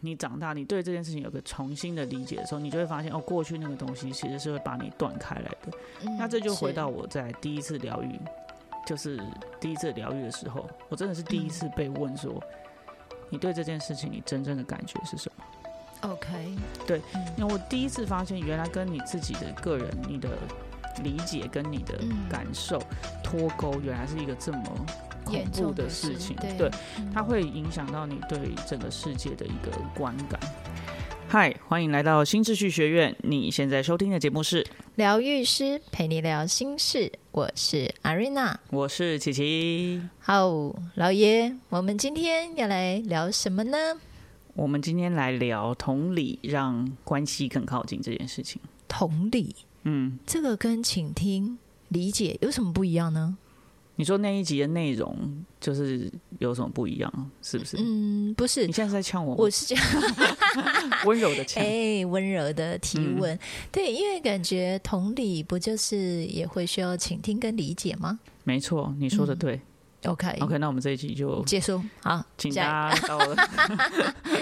你长大，你对这件事情有个重新的理解的时候，你就会发现哦，过去那个东西其实是会把你断开来的。嗯那这就是回到我在第一次疗愈，就是第一次疗愈的时候，我真的是第一次被问说，你对这件事情你真正的感觉是什么？ OK，对嗯，因为我第一次发现，原来跟你自己的个人、你的理解跟你的嗯感受脱钩，原来是一个这么恐严怖重的事情。对，对，嗯它会影响到你对整个世界的一个观感。嗨，欢迎来到新秩序学院，你现在收听的节目是，疗愈师陪你聊心事，我是阿瑞娜。我是琪琪。好，老爷，我们今天要来聊什么呢？我们今天来聊同理让关系更靠近这件事情。同理，嗯，这个跟倾听、理解有什么不一样呢？你说那一集的内容就是有什么不一样？是不是？嗯，不是你，现在是在呛我吗，我 是这样，温柔的呛。哎，温柔的提嗯问，对，因为感觉同理不就是也会需要倾听跟理解吗没错，你说的嗯对。哎？OK， OK，那我们这一集就结束，好，请下大家到了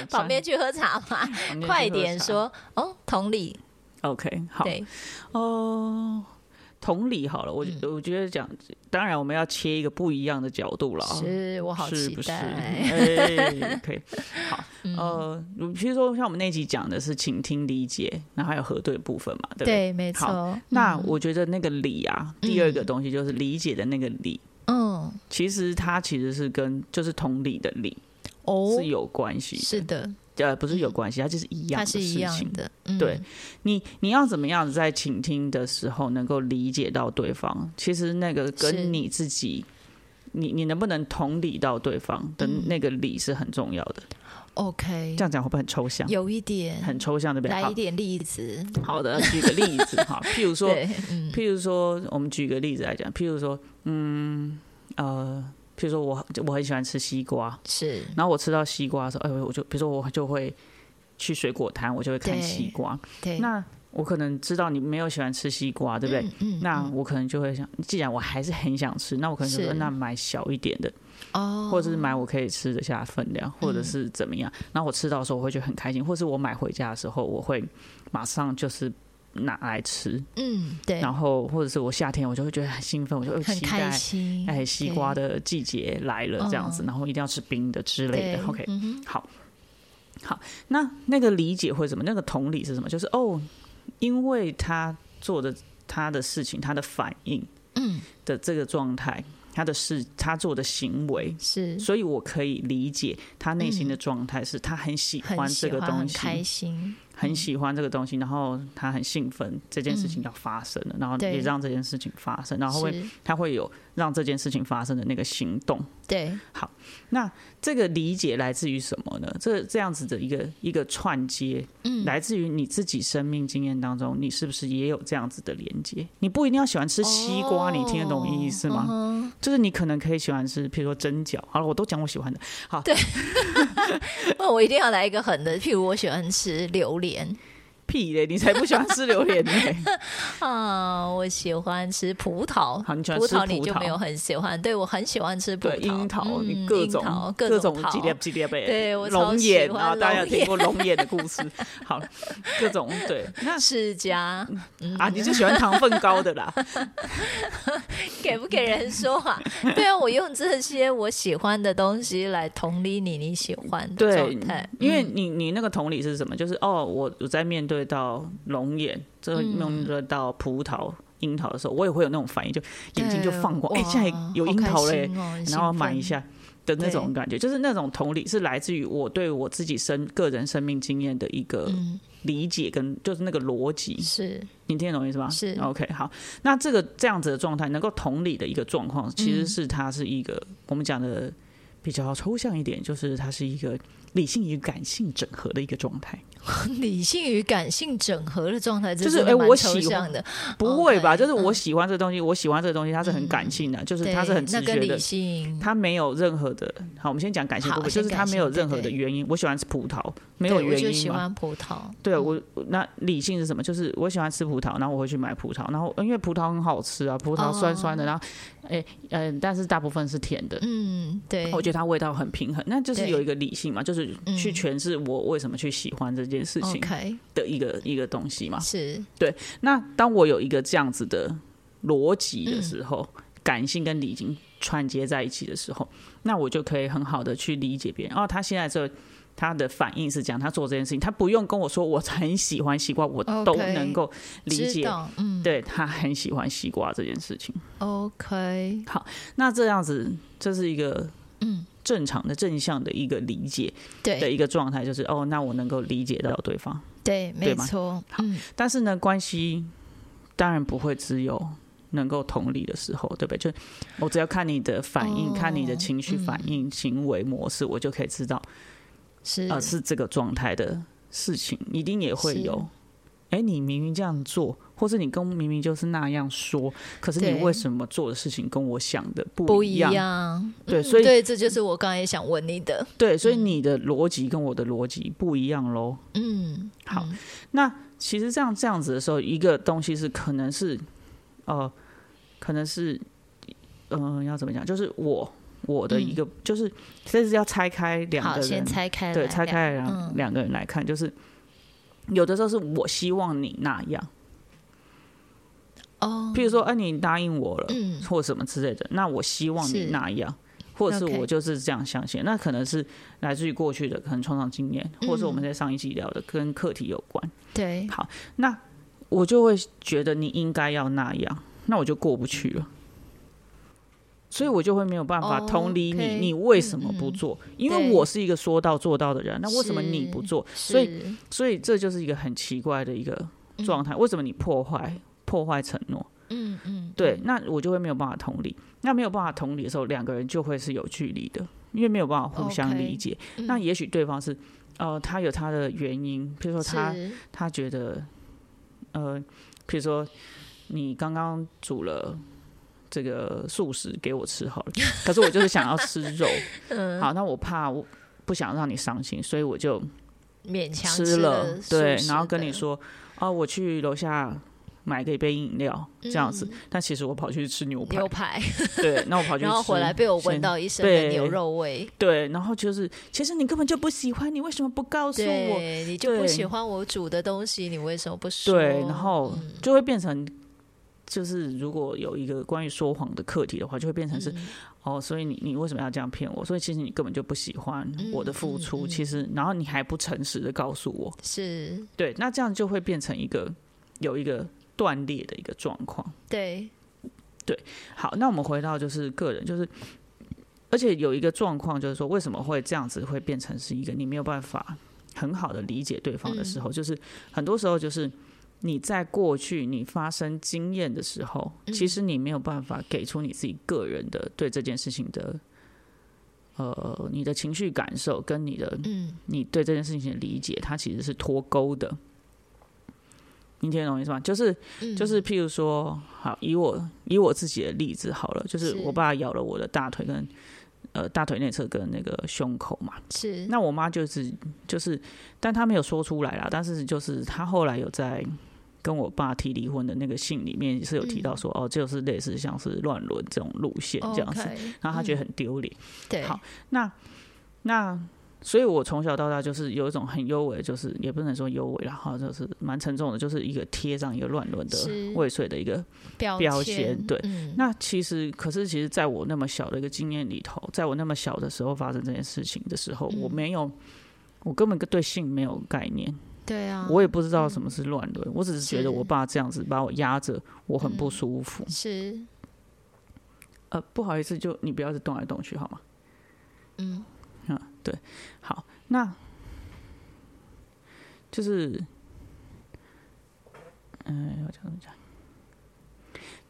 一 旁边去喝茶吧，旁边去喝快点茶。说哦，同理， OK，好。对，哦，同理好了，我、嗯觉我觉得讲，当然我们要切一个不一样的角度了啊，是我好是期不是？ 待， 嗯哎，可以，好，呃，比如说像我们那集讲的是倾听、理解，然后还有核对部分嘛，对不对？对，嗯没错，那我觉得那个理啊，第二个东西就是理解的那个理，嗯，其实它其实是跟就是同理的理哦是，有关系，是的，呃，不是有关系，它就是一样嗯它的是事一情样。的，嗯对，你你要怎么样子在倾听的时候能够理解到对方？其实那个是跟你自己，你你能不能同理到对方的嗯那个理是很重要的。 ，OK，这样讲会不会很抽象？有一点，很抽象，对不对？来一好点例子，好的，举个例子 哈，譬如说，对，嗯，譬如说，我们举个例子来讲，譬如说，嗯呃，譬如说我我很喜欢吃西瓜，是，然后我吃到西瓜的时候，哎，我就比如说我就会去水果摊，我就会看对西瓜，对，那我可能知道你没有喜欢吃西瓜，对不对？嗯嗯，那我可能就会想，既然我还是很想吃，那我可能就说，是那买小一点的，哦，嗯或者是买我可以吃得下的分量，或者是怎么样。然后我吃到的时候，我会觉得很开心，或是我买回家的时候，我会马上就是拿来吃。嗯，对，然后或者是我夏天，我就会觉得很兴奋，我就会很期开待。心，哎，西对瓜的季节来了，这样子，嗯然后一定要吃冰的之类的对。 OK，嗯哼好，好，那那个理解会什么？那个同理是什么？就是哦，因为他做的他的事情，他的反应嗯，的这个状态，他的事，他做的行为，是所以我可以理解他内心的状态是，他很喜很欢喜这个欢东嗯很西，开心，很喜欢这个东西，然后他很兴奋这件事情要发生了，然后嗯对也让这件事情发生，然后会是他会有让这件事情发生的那个行动。 对，那这个理解来自于什么呢？这这样子的一个一个串接，嗯，来自于你自己生命经验当中，你是不是也有这样子的连接？你不一定要喜欢吃西瓜，你听得懂意思吗？吗？就是你可能可以喜欢吃，譬如说蒸饺。好了，我都讲我喜欢的。那我一定要来一个狠的，譬如我喜欢吃榴莲屁嘞，你才不喜欢吃榴 莲呢！啊，我喜欢吃葡萄。好，你喜欢葡吃萄你葡就没有萄，很喜欢，对我很喜欢吃葡对，萄、樱桃，你嗯各樱种桃各种种桃几列几列呗。对我超龙喜眼欢啊，大家有龙听过龙眼的故事？好，各种对， 那世 家，啊，你就喜欢糖分高的啦。给不给人说话？对啊，我用这些我喜欢的东西来同理你你喜欢的对状态，嗯因为你你那个同理是什么？就是哦，我我在面对到龙眼，这面对到葡萄、樱桃的时候，我也会有那种反应，就眼睛就放光，对啊哎、哇现在有樱桃嘞、好开心哦很然后兴买奋一下的那种感觉，就是那种同理是来自于我对我自己生个人生命经验的一个嗯，理解跟就是那个逻辑，是你听得懂我意思吗？是 OK 好，那这个这样子的状态能够同理的一个状况，其实是它是一个、我们讲的比较抽象一点，就是它是一个理性与感性整合的一个状态。理性与感性整合的状态，这就是真的哎蛮我抽喜欢象的，不会吧 OK，就是我喜欢这个东西，我喜欢这个东西，它是很感性的，就是对，它是很直嗯那觉跟的理。性，它没有任何的，好，我们先讲感性好部分，就先是它感没性有对任何对的原因。我喜欢吃葡萄，没对有原我就因喜嘛。欢葡萄，对我我那理性是什么？就是我喜欢吃葡萄，然后我会去买葡萄，然后因为葡萄很好吃啊，葡哦萄酸酸的，然后哎嗯、但是大部分是甜的，嗯，对，哦我觉得它味道很平衡，那就是对有一个理性嘛，就是就是去嗯哦诠释我为什么去喜欢这件事情 OK，的一个一个东西嘛。是那当我有一个这样子的逻辑的嗯时候，感性跟理性串接在一起的时候，那我就可以很好的去理解别人。哦，他现在这他的反应是这样，他做这件事情，他不用跟我说我很喜欢西瓜，我都 OK，能够理知解。道，嗯对他很喜欢西瓜这件事情， ，OK，那这样子这是一个嗯，正常的正向的一个理解的对一个状态，就是哦，那我能够理解到对方。对，没对吗错，嗯，但是呢，关系当然不会只有能够同理的时候，对不对？就我只要看你的反应，哦看你的情绪反应、行为模式，我就可以知道，是呃，是这个状态的事情，一定也会是有。哎，你明明这样做，或是你跟明明就是那样说，可是你对为什么做的事情跟我想的不不一样？样，对嗯所以对，这就是我刚才也想问你的，对，所以你的逻辑跟我的逻辑不一样喽。嗯，好嗯，那其实这样这样子的时候，一个东西是可能是，呃，可能是，嗯、要怎么讲？就是我我的一个，就是这是要拆开两嗯好，个人先，拆开，对，拆，开两嗯两、个人来看，就是有的时候是我希望你那样，哦，譬如说，哎、你答应我了，嗯或什么之类的，那我希望你是那样。或者是 OK 我就是这样相信那可能是来自于过去的可能创伤经验，或者是我们嗯在上一集聊的跟课题有关。对，那我就会觉得你应该要那样，那我就过不去了。所以我就会没有办法哦同理你 OK，嗯你为什么不做？因为对我是一个说到做到的人，那为什么你不做？所以，以所以这就是一个很奇怪的一个状态。为什么你破坏破坏承诺？嗯嗯，对，那我就会没有办法同理。那没有办法同理的时候，两个人就会是有距离的，因为没有办法互相 OK，理解。嗯那也许对方是，呃，他有他的原因，比如说他是他觉得，呃，比如说你刚刚煮了这个素食给我吃 好了，可是我就是想要吃肉，嗯好，那我怕我不想让你伤心，所以我就勉强吃了，素对，食然后跟你的，说，哦，我去楼下。买个一杯饮料这样子，但其实我跑去吃牛排，嗯牛排，对，那我跑去吃， 然后回来被我闻先，到一身的对牛肉味，对，然后就是，其实你根本就不喜欢，你为什么不告诉我？对，你就不对喜欢我煮的东西，你为什么不说？对，然后就会变成，就是如果有一个关于说谎的课题的话，就会变成是、哦，所以你你为什么要这样骗我？所以其实你根本就不喜欢我的付出，其实然后你还不诚实的告诉我，是对，那这样就会变成一个有一个断裂的一个状况。对，好，那我们回到就是个人，就是而且有一个状况就是说，为什么会这样子会变成是一个你没有办法很好的理解对方的时候，就是很多时候就是你在过去你发生经验的时候，其实你没有办法给出你自己个人的对这件事情的。呃，你的情绪感受跟你的嗯，你对这件事情的理解，它其实是脱钩的。你听得懂我意思吗？就是嗯就是譬如说，好，以我以我自己的例子好了，就是是我爸咬了我的大腿跟呃大腿内侧跟那个胸口嘛，是那我妈就是就是，但她没有说出来啦，但是就是她后来有在。跟我爸提离婚的那个信里面是有提嗯到说，哦，就是类似像是乱伦这种路线这样子 OK，然后她觉得嗯很丢脸。对，好那那，所以我从小到大就是有一种很优美，就是也不能说优美啦，哈，就是蛮沉重的，就是一个贴上一个乱伦的是未遂的一个。标标签签对嗯那其实，可是其实，在我那么小的一个经验里头，在我那么小的时候发生这件事情的时候，我嗯没有。我根本对性没有概念，对啊，我也不知道什么是乱伦，我只是觉是嗯得我爸这样子把我压着，我很不舒服。是呃，不好意思，就你不要是动来动去好吗？嗯嗯，对，好，那就是，嗯、要讲怎么讲？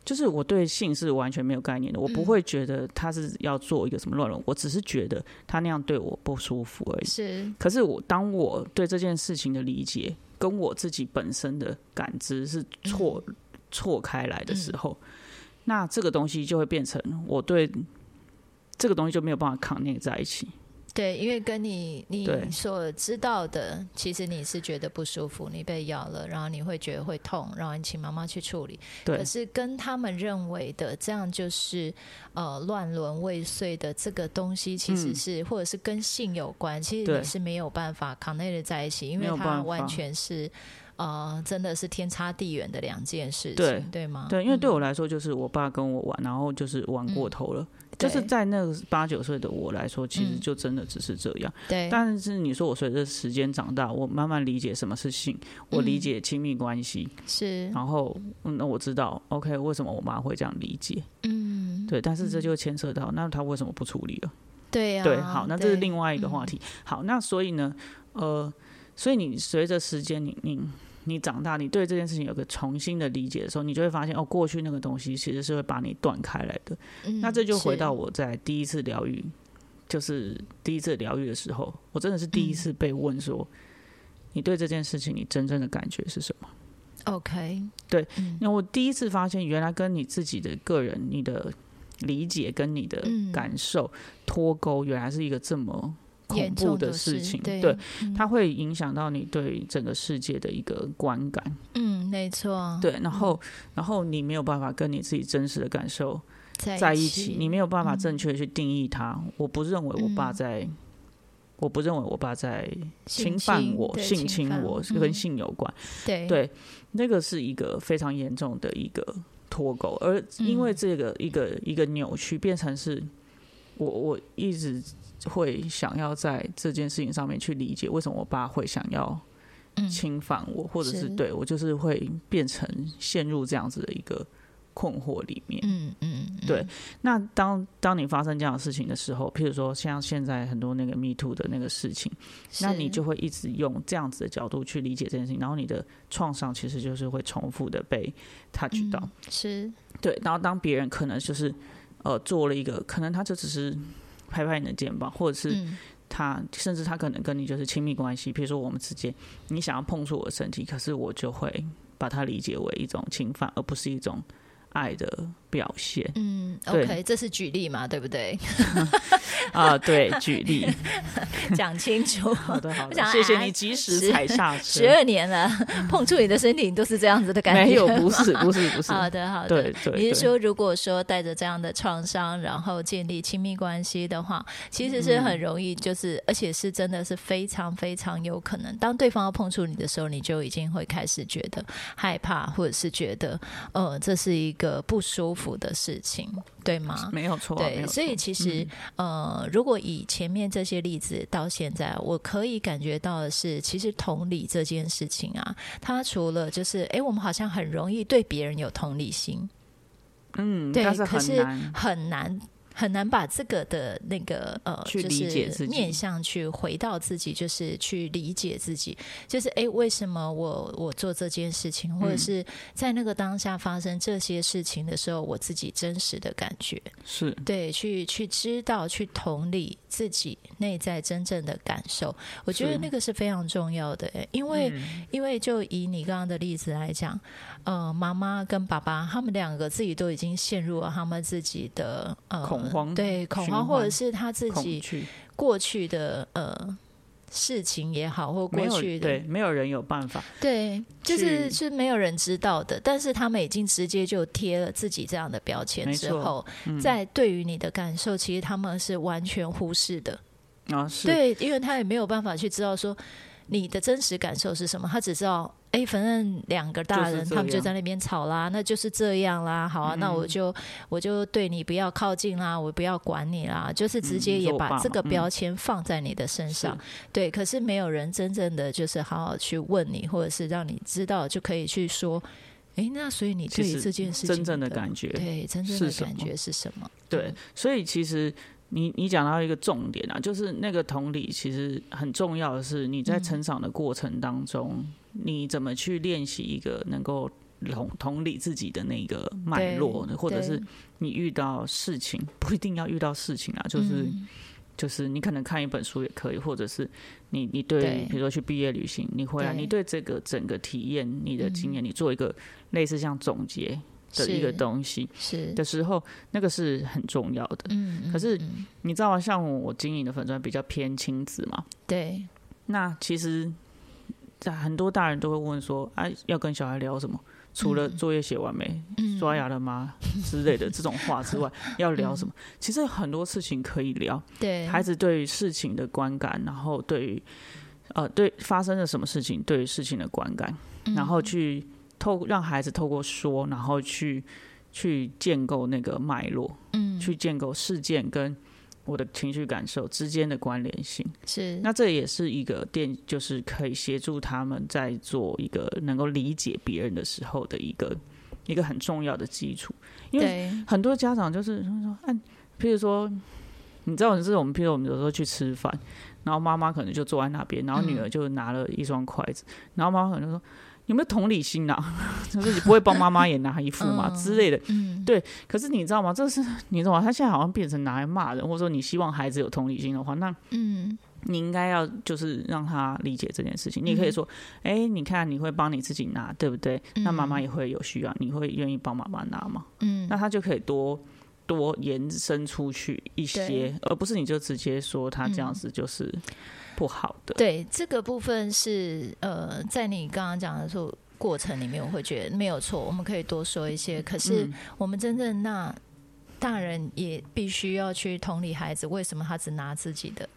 就是我对性是完全没有概念的，我不会觉得他是要做一个什么乱伦，我只是觉得他那样对我不舒服而已。是可是我当我对这件事情的理解跟我自己本身的感知是错、嗯错开来的时候，那这个东西就会变成我对这个东西就没有办法 connect 在一起。对，因为跟你对你所知道的，其实你是觉得不舒服，你被咬了，然后你会觉得会痛，然后你请妈妈去处理。对可，是跟他们认为的这样就是呃乱伦未遂的这个东西，其实嗯是、或者是跟性有关，其实对你是没有办法 connect 在一起，因没为有办它法完全是呃真的是天差地远的两件事情，对对吗？对，因为对嗯我来说，就是我爸跟我玩，然后就是玩过头了。就是嗯对在那个八九岁的我来说，其实嗯就真的只是这样。对但是你说我随着时间长大，我慢慢理解什么是性，我理嗯解亲密关系，是然后嗯那我知道 OK 为什么我妈会这样理解，嗯对。但是这就牵扯到那她为什么不处理了？对呀、对，好，那这是对嗯另外一个话题。好，那所以呢，呃，所以你随着时间，你你你长大，你对这件事情有个重新的理解的时候，你就会发现，哦，过去那个东西其实是会把你断开来的。嗯那这就回到是我在第一次疗愈，就是第一次疗愈的时候，我真的是嗯第一次被问说，你对这件事情你真正的感觉是什么？ OK，对嗯那我第一次发现，原来跟你自己的个人、你的理解跟你的嗯感受脱钩，原来是一个这么恐严怖重的的事情。对，对，嗯它会影响到你对整个世界的一个观感。嗯，没错，对，然后，然后你没有办法跟你自己真实的感受在在一一起，你没有办法正确地去定义它。我不认为我爸嗯在。我不认为我爸在侵性犯侵我、对性侵侵犯我，嗯跟性有关。对对，那个是一个非常严重的一个脱钩，而因为嗯这个一个一个扭曲，变成是我我一直会想要在这件事情上面去理解为什么我爸会想要嗯侵犯我，或者是是对我就是会变成陷入这样子的一个困惑里面。嗯嗯，嗯对，那当当你发生这样的事情的时候，譬如说像现在很多那个 Me Too 的那个事情，那你是就会一直用这样子的角度去理解这件事情，然后你的创伤其实就是会重复的被 touch 到。嗯是对，然后当别人可能就是呃做了一个，可能他就只是拍拍你的肩膀，或者是嗯他、甚至他可能跟你就是亲密关系，比如说我们之间，你想要碰触我的身体，可是我就会把它理解为一种侵犯，而不是一种爱的表现嗯对，OK，这是举例嘛，对不对？啊、对，举 例，讲清楚。 好的好我的，想谢谢哎你及时十踩刹十车，二年了，碰触你的身体你都是这样子的感觉。没有，不 是不是不是，好的，好的。对对，你对是说，如果说带着这样的创伤，然后建立亲密关系的话，其实嗯是很容易，就是、而且是真的是非常非常有可能，当对方要碰触你的时候，你就已经会开始觉得害怕，或者是觉得，呃，这是一个不舒服的事情，对吗？没有错啊，没对，有所以错嗯其实、呃，如果以前面这些例子到现在，我可以感觉到的是，其实同理这件事情啊，它除了就是，诶，我们好像很容易对别人有同理心，嗯，对但是可很是难，很难。很难把这个的那个呃，去就理解自是己面向去回到自己，就是去理解自己，就是诶，为什么我我做这件事情，或者嗯是在那个当下发生这些事情的时候，我自己真实的感觉。是对，去去知道、去同理自己内在真正的感受，我觉得是嗯那个是非常重要的、欸。因为、因为就以你刚刚的例子来讲，呃，妈妈跟爸爸他们两个自己都已经陷入了他们自己的呃恐慌对恐循慌，或者环是他自恐己惧，过去的呃事情也好，或没过有去的对，没有人有办法，对，就是去是没有人知道的，但是他们已经直接就贴了自己这样的标签没之错嗯后，在对于你的感受，其实他们是完全忽视的。啊，是，对，因为他也没有办法去知道说你的真实感受是什么，他只知道。哎，反正两个就大是人这他们就样嗯在那边吵啦，那就是这样啦。好啊，那我就我就对你不要靠近啦，我不要管你啦，就是嗯直接你也说我爸把这嘛个嗯标签放在你的身上。对，可是没有人真正的就是好好去问你，或者是让你知道，就可以去说，哎，那所以你其对于实这件事情真正的感觉，对嗯真正是的什感么觉是什么？对，所以其实你你讲到一个重点啊，就是那个同理，其实很重要的是你在嗯成长的过程当中，你怎么去练习一个能够同同理自己的那个脉对络，或者对是你遇到事情不一定要遇到事情啊，就是。嗯就是你可能看一本书也可以，或者是你你对对比如说去毕业旅行，你回来对嗯你对这个整个体验、你的经验，你做一个类似像总结，的一个是东西是，的时候，那个是很重要的。嗯，可是嗯嗯你知道吗？像我经营的粉砖比较偏亲子嘛，对，那其实在很多大人都会问说，啊，要跟小孩聊什么？除了作业写完没、嗯刷牙了吗之类的这种话 之外，要聊什么？其实很多事情可以聊，对，孩子对于事情的观感，然后对于呃对发生了什么事情，对于事情的观感，嗯然后去透让孩子透过说，然后去去建构那个脉络，嗯去建构事件跟我的情绪感受之间的关联性。是那这也是一个电，就是可以协助他们在做一个能够理解别人的时候的一个一个很重要的基础。因为对很多家长就是会说，哎、譬如说，你知道，就是我们，譬如我们有时候去吃饭，然后妈妈可能就坐在那边，然后女儿就拿了一双筷子，然后妈妈可能就说。有没有同理心啊？ 就是你不会帮妈妈也拿衣服嘛、嗯之类的。嗯可是你知道吗？这是你知道吗？他现在好像变成拿来骂人，或者说你希望孩子有同理心的话，那嗯你应该要就是让他理解这件事情。你也嗯可以说，哎、你看你会帮你自己拿，对不对？那妈妈也会有需要，你会愿意帮妈妈拿吗？嗯那他就可以多多延伸出去一些对，而不是你就直接说他这样子就是不好的。对，这个部分是呃，在你刚刚讲的说过程里面，我会觉得没有错，我们可以多说一些。可是嗯我们真正那大人也必须要去同理孩子，为什么他只拿自己的？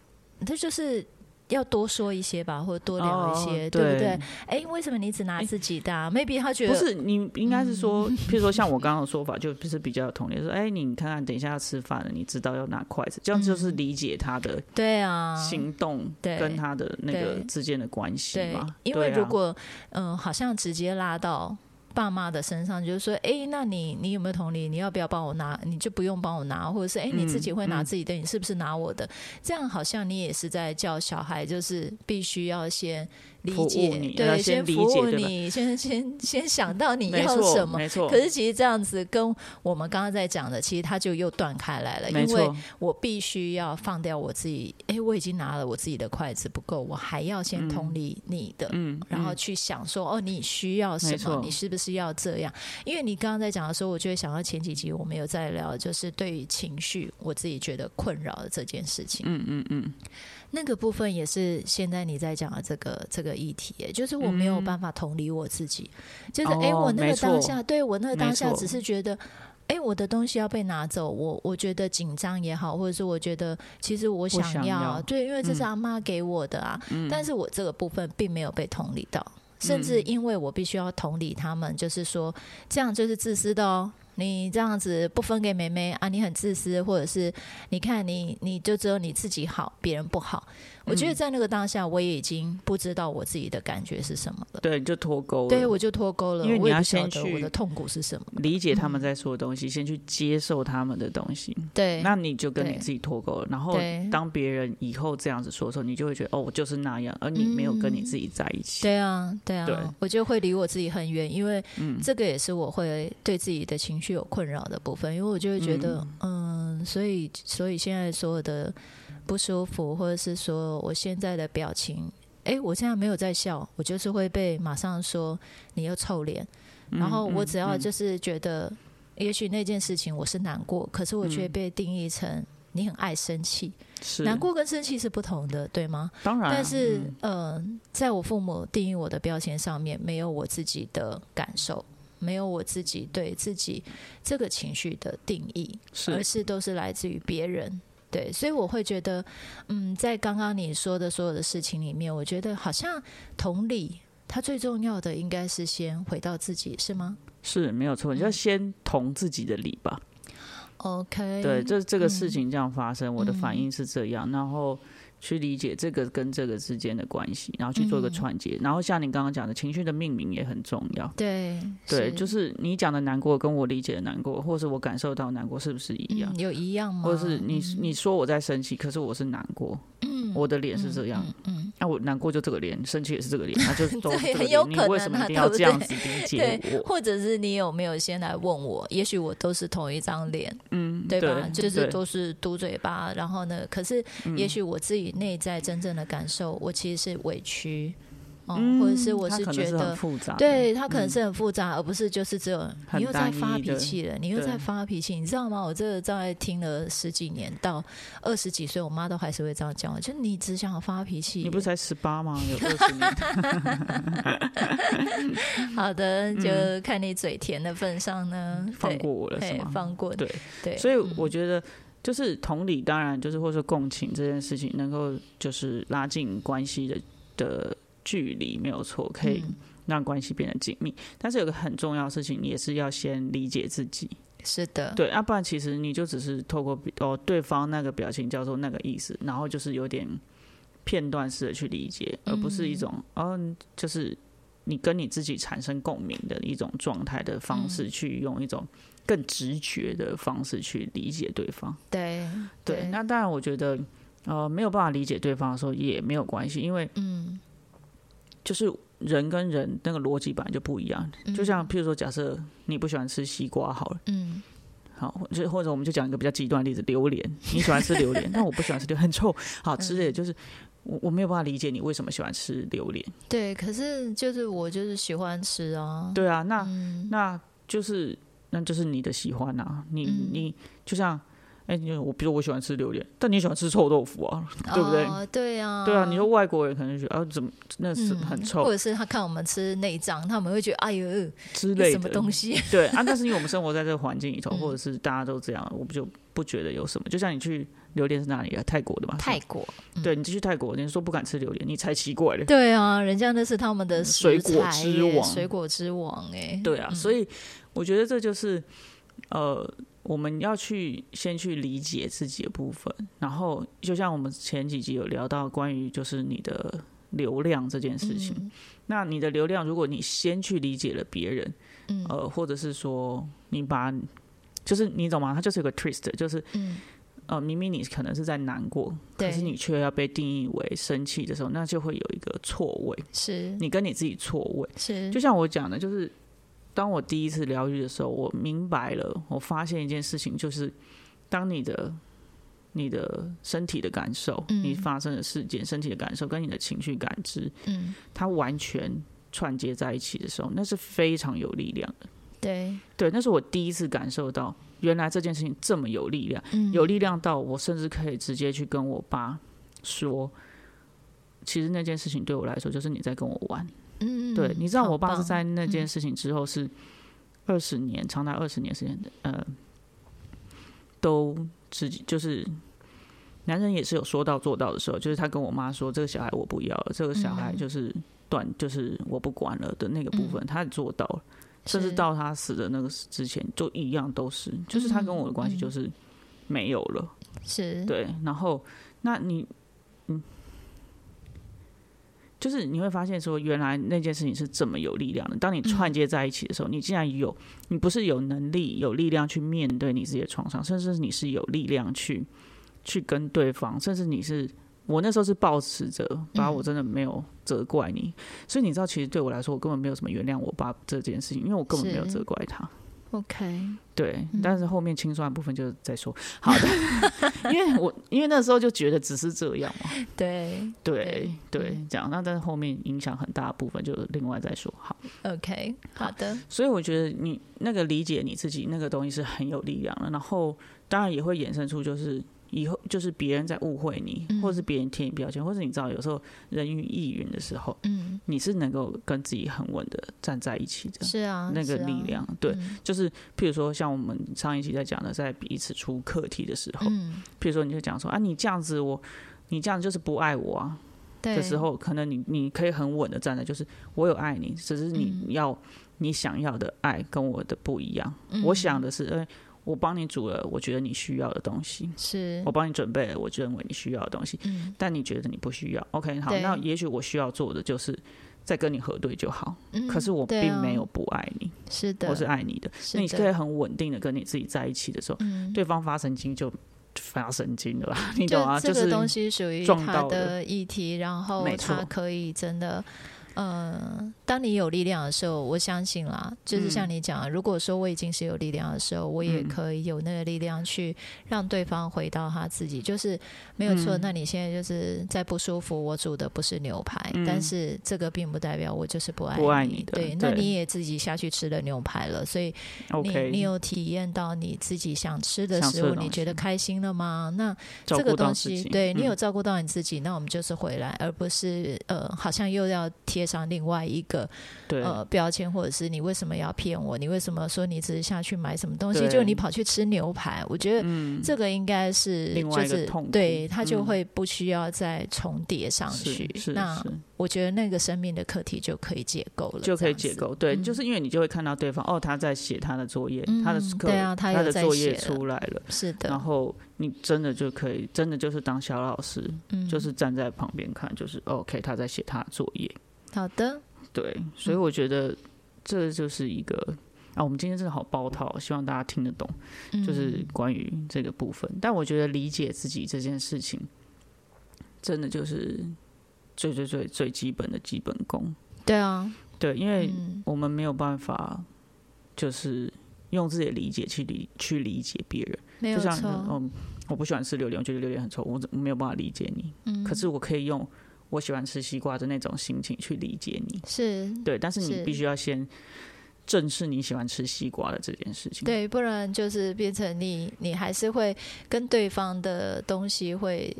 这就是。要多说一些吧，或者多聊一些，哦对不对对？哎、为什么你只拿自己的、啊 m a y b e 他觉得嗯不是你应该是说， 譬如说像我刚刚的说法，就不是比较有同理，说哎、你看看，等一下要吃饭了，你知道要拿筷子，这样就是理解他的对啊，行动对跟他的那个对之间的关系对嘛。，因为对啊如果嗯、好像直接拉到爸妈的身上，就是说，哎，那你你有没有同理？你要不要帮我拿？你就不用帮我拿，或者是哎，诶你自己会拿嗯自己的，你是不是拿我的？这样好像你也是在叫小孩，就是必须要先理服务解你，要对，先理服解务对吧你，先先先想到你没要错，什么。没错，可是其实这样子跟我们刚刚在讲的，其实它就又断开来了，因没为错，我必须要放掉我自己，诶，我已经拿了我自己的筷子不够，我还要先同理你的，嗯，然后嗯去想说，哦，你需要什没么错？你是不是要这样？因为你刚刚在讲的时候，我就会想到前几集我们有在聊，就是对于情绪，我自己觉得困扰的这件事情，嗯嗯嗯，那个部分也是现在你在讲的这个这个议题，诶就是我没有办法同理我自己，就是嗯哦诶，我那没个错当下，对我那个当下没错只是觉得。诶，我的东西要被拿走，我我觉得紧张也好，或者是我觉得其实我不想想要嗯对，因为这是阿妈给我的啊，但是我这个部分并没有被同理到，甚至嗯因为我必须要同理他们，就是说这样就是自私的哦。你这样子不分给妹妹啊，你很自私，或者是你看你你就只有你自己好，别人不好。我觉得嗯在那个当下，我也已经不知道我自己的感觉是什么了。对，就脱钩了。对，我就脱钩了，因为你我也要不晓先得去我的痛苦是什么。理解嗯他们在说的东西，先去接受他们的东西，对，那你就跟你对自己脱钩了。然后对当别人以后这样子说的时候，你就会觉得哦，我就是那样，而你没有跟你自己在一起。对啊，对啊，对嗯我就会离我自己很远，因为这个也是我会对自己的情绪有困扰的部分，因为我就会觉得，嗯所以所以现在所有的不舒服，或者是说我现在的表情，诶，我现在没有在笑，我就是会被马上说你又臭脸，嗯然后我只要就是觉得，也许那件事情我是难过，可是我嗯却被定义成你很爱生气，是，难过跟生气是不同的，对吗？当然啊，但是，呃，在我父母定义我的标签上面，没有我自己的感受，没有我自己对自己这个情绪的定义，而是是都是来自于别人。对，所以我会觉得，嗯，在刚刚你说的所有的事情里面，我觉得好像同理，它最重要的应该是先回到自己，是吗是没有错，嗯你就先同自己的理吧。 ？OK，对，这这个事情这样发生，我的反嗯应是这样，然后去理解这个跟这个之间的关系，然后去做一个串嗯接。然后像你刚刚讲的，情绪的命名也很重要。对对，就是你讲的难过跟我理解的难过，或是我感受到难过是不是一样嗯，？有一样吗？或者是你你说我在生气，可是我是难过，嗯我的脸是这样，嗯，那我难过就这个脸，生气也是这个脸，那 就都对是这个很有脸。你可为能什么啊一定对要不这样对子理 对解我？或者是你有没有先来问我？也许我都是同一张脸，嗯，对对吧？就是对嗯都是嘟嘴巴，然后呢，可是也许我自己内在真正的感受，我其实是委屈。嗯，或者是我它是可能觉是很得，复杂的，对他可能嗯是很复杂，而不是就是只有很你又在单发一脾的气了，你又在对发脾气，你知道吗？我这个在听了十几年，到二十几岁，我妈都还是会这样讲我，就你只想发脾气。你不是才十八吗？有二十年， 好的，就看你嘴甜的份上呢，嗯对放过我了是对吗？放过你对对，所以嗯我觉得，就是同理，当然就是或者说共情这件事情，能够就是拉近关系的的距离，没有错，可以嗯让关系变得紧密。但是有个很重要的事情，你也是要先理解自己，是的，对，啊要、不然其实你就只是透过比哦对方那个表情叫做那个意思，然后就是有点片段式的去理解，而不是一种嗯、就是你跟你自己产生共鸣的一种状态的方式，去用一种更直觉的方式去理解对方。对对，那当然我觉得呃没有办法理解对方的时候也没有关系，因为嗯，就是人跟人那个逻辑本来就不一样。就像譬如说，假设你不喜欢吃西瓜好了。嗯，好，或就或者我们就讲一个比较极端的例子，榴莲。你喜欢吃榴 莲，但我不喜欢吃榴莲，很臭。好吃嗯的就是我我没有办法理解你为什么喜欢吃榴莲。对，可是就是我就是喜欢吃啊，对啊，那、嗯，那就是那就是你的喜欢啊。你、嗯你就像哎、你我比如我喜欢吃榴莲，但你喜欢吃臭豆腐啊，对不对？哦对啊，对啊，你说外国人可能觉得啊怎么那是嗯很臭或、者是他看我们吃内脏，他们会觉得哎呦，之这类什么的。东西？对啊，但是因为我们生活在这个环境里头，嗯或者是大家都这样，我们就不觉得有什么。就像你去榴莲是哪里啊？泰国的吧？泰国，嗯对你去泰国，你说不敢吃榴莲，你才奇怪嘞。对啊，人家那是他们的食嗯水果材之耶王水果之王哎，对啊，所以我觉得这就是呃，我们要去先去理解自己的部分，然后就像我们前几集有聊到关于就是你的流量这件事情，嗯那你的流量，如果你先去理解了别人，嗯呃，或者是说你把。就是你懂吗？它就是有个 twist，就是嗯，呃，明明你可能是在难过，可对，是你却要被定义为生气的时候，那就会有一个错位，嗯是你跟你自己错位。是就像我讲的，就是当我第一次疗愈的时候，我明白了，我发现一件事情，就是当你的你的身体的感受，嗯你发生的事件、身体的感受跟你的情绪感知，嗯，它完全串接在一起的时候，那是非常有力量的。对，对，那是我第一次感受到，原来这件事情这么有力量，嗯有力量到我甚至可以直接去跟我爸说。其实那件事情对我来说，就是你在跟我玩。嗯，对，你知道好我爸是棒嗯在那件事情之后是二十年，长达二十年时间的，呃，都自己就是男人也是有说到做到的时候，就是他跟我妈说这个小孩我不要了，这个小孩嗯就是断，就是我不管了的那个部分，他也做到了，甚至是到他死的那个之前就一样都是，就是他跟我的关系嗯嗯就是没有了。是，对，然后那你，嗯，就是你会发现说，原来那件事情是这么有力量的。当你串接在一起的时候，你竟然有，你不是有能力、有力量去面对你自己的创伤，甚至你是有力量去去跟对方，甚至你是。我那时候是抱持着，把我真的没有责怪你，所以你知道，其实对我来说，我根本没有什么原谅我爸这件事情，因为我根本没有是责怪他。 OK，对，但是后面清算的部分就再说。好的，因为我因为那时候就觉得只是这样嘛，对对对，这样。那但是后面影响很大的部分就另外再说。好， ，OK，好的，所以我觉得你那个理解你自己那个东西是很有力量的，然后当然也会衍生出就是。以后就是别人在误会你，或是别人贴你标签，或是你知道有时候人云亦云的时候，嗯，你是能够跟自己很稳的站在一起的，是啊，那个是啊力，量。对，嗯就是譬如说，像我们上一期在讲的，在彼此出课题的时候，嗯，譬如说你就讲说啊，你这样子我，你这样就是不爱我啊对的时，候，可能你你可以很稳的站在，就是我有爱你，只是嗯你要、你想要的爱跟我的不一样。嗯我想的是，哎、我帮你煮了我觉得你需要的东西，是我，帮你准备了我认为你需要的东西，嗯但你觉得你不需要。OK，好，对那也许我需要做的就是再跟你核对就好，嗯可是我对并啊没有不爱你，是的，我是爱你的。是那你的可以很稳定的跟你自己在一起的时候，嗯，对方发神经就发神经了 啦，你就懂啊？这就个是东西属于撞他到的议题，然后没他错可以真的呃，当你有力量的时候，我相信啦，就是嗯像你讲，如果说我已经是有力量的时候，我也嗯可以有那个力量去让对方回到他自己，就是没有错。嗯那你现在就是在不舒服，我煮的不是牛排，嗯但是这个并不代表我就是不爱不爱你你的对，那对你也自己下去吃了牛排了，所以你 OK，你有体验到你自己想吃的想吃食的物，东你觉得西开心了吗？那照这个顾到东自西，己，对你有嗯照顾到你自己，那我们就是回来，而不是呃，好像又要贴上另外一个对呃标签，或者是你为什么要骗我？你为什么说你只是下去买什么东西，对就你跑去吃牛排？我觉得嗯这个应该是另就外一个是痛苦对他就嗯会不需要再重叠上去是。是那是我觉得那个生命的课题就可以解构了，就可以这解样子。构，对，嗯就是因为你就会看到对方哦，他在写他的作业，他的嗯课，对啊他他有的在作写业了出来了，是然的，后你真的就可以，真的就是当小老师，嗯，就是站在旁边看，就是哦 OK，他在写他的作业，好的，对，所嗯以我觉得这就是一个啊，我们今天真的好包套，哦希望大家听得懂，就是嗯关于这个部分。但我觉得理解自己这件事情，真的就是最最最最基本的基本功。对啊，对，因为嗯我们没有办法，就是用自己的理解去理去理解别人。没有就像错，嗯，我不喜欢吃榴莲，我觉得榴莲很臭，我怎我没有办法理解你。嗯，可是我可以用我喜欢吃西瓜的那种心情去理解你。是对，但是你是必须要先正视你喜欢吃西瓜的这件事情。对，不然就是变成你，你还是会跟对方的东西会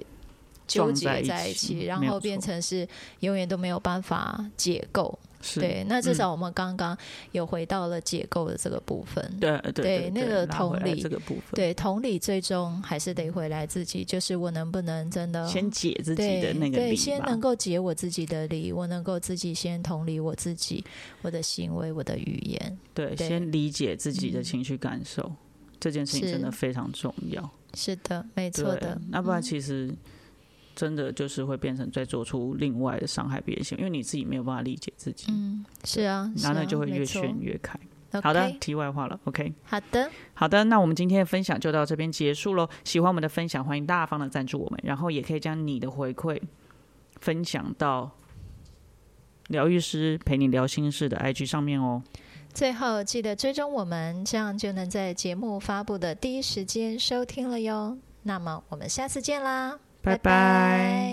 纠撞结在一在一起起，然没有后变错成是永远都没有办法解构。是，对，那至嗯少我们刚刚有回到了解构的这个部分。对对对那个拉回同来理这个部分，，对，同理，最终还是得回来自己，就是我能不能真的先解自己对的那个对，理先吧能。够解我自己的理，我能够自己先同理我自己，我的行为，我的语言，对，对先理解自己的嗯情绪感受，这件事情真的是非常重要。是的，没对错的，，那不然嗯其实真的就是会变成在做出另外的伤害别人行为，因为你自己没有办法理解自己，嗯，是啊，然后是呢啊就会没越错陷越开。 OK，好的，题外话了，OK。好的，好的，那我们今天的分享就到这边结束喽。喜欢我们的分享，欢迎大方的赞助我们，然后也可以将你的回馈分享到疗愈师陪你聊心事的 IG 上面哦。最后记得追踪我们，这样就能在节目发布的第一时间收听了哟。那么我们下次见啦，拜拜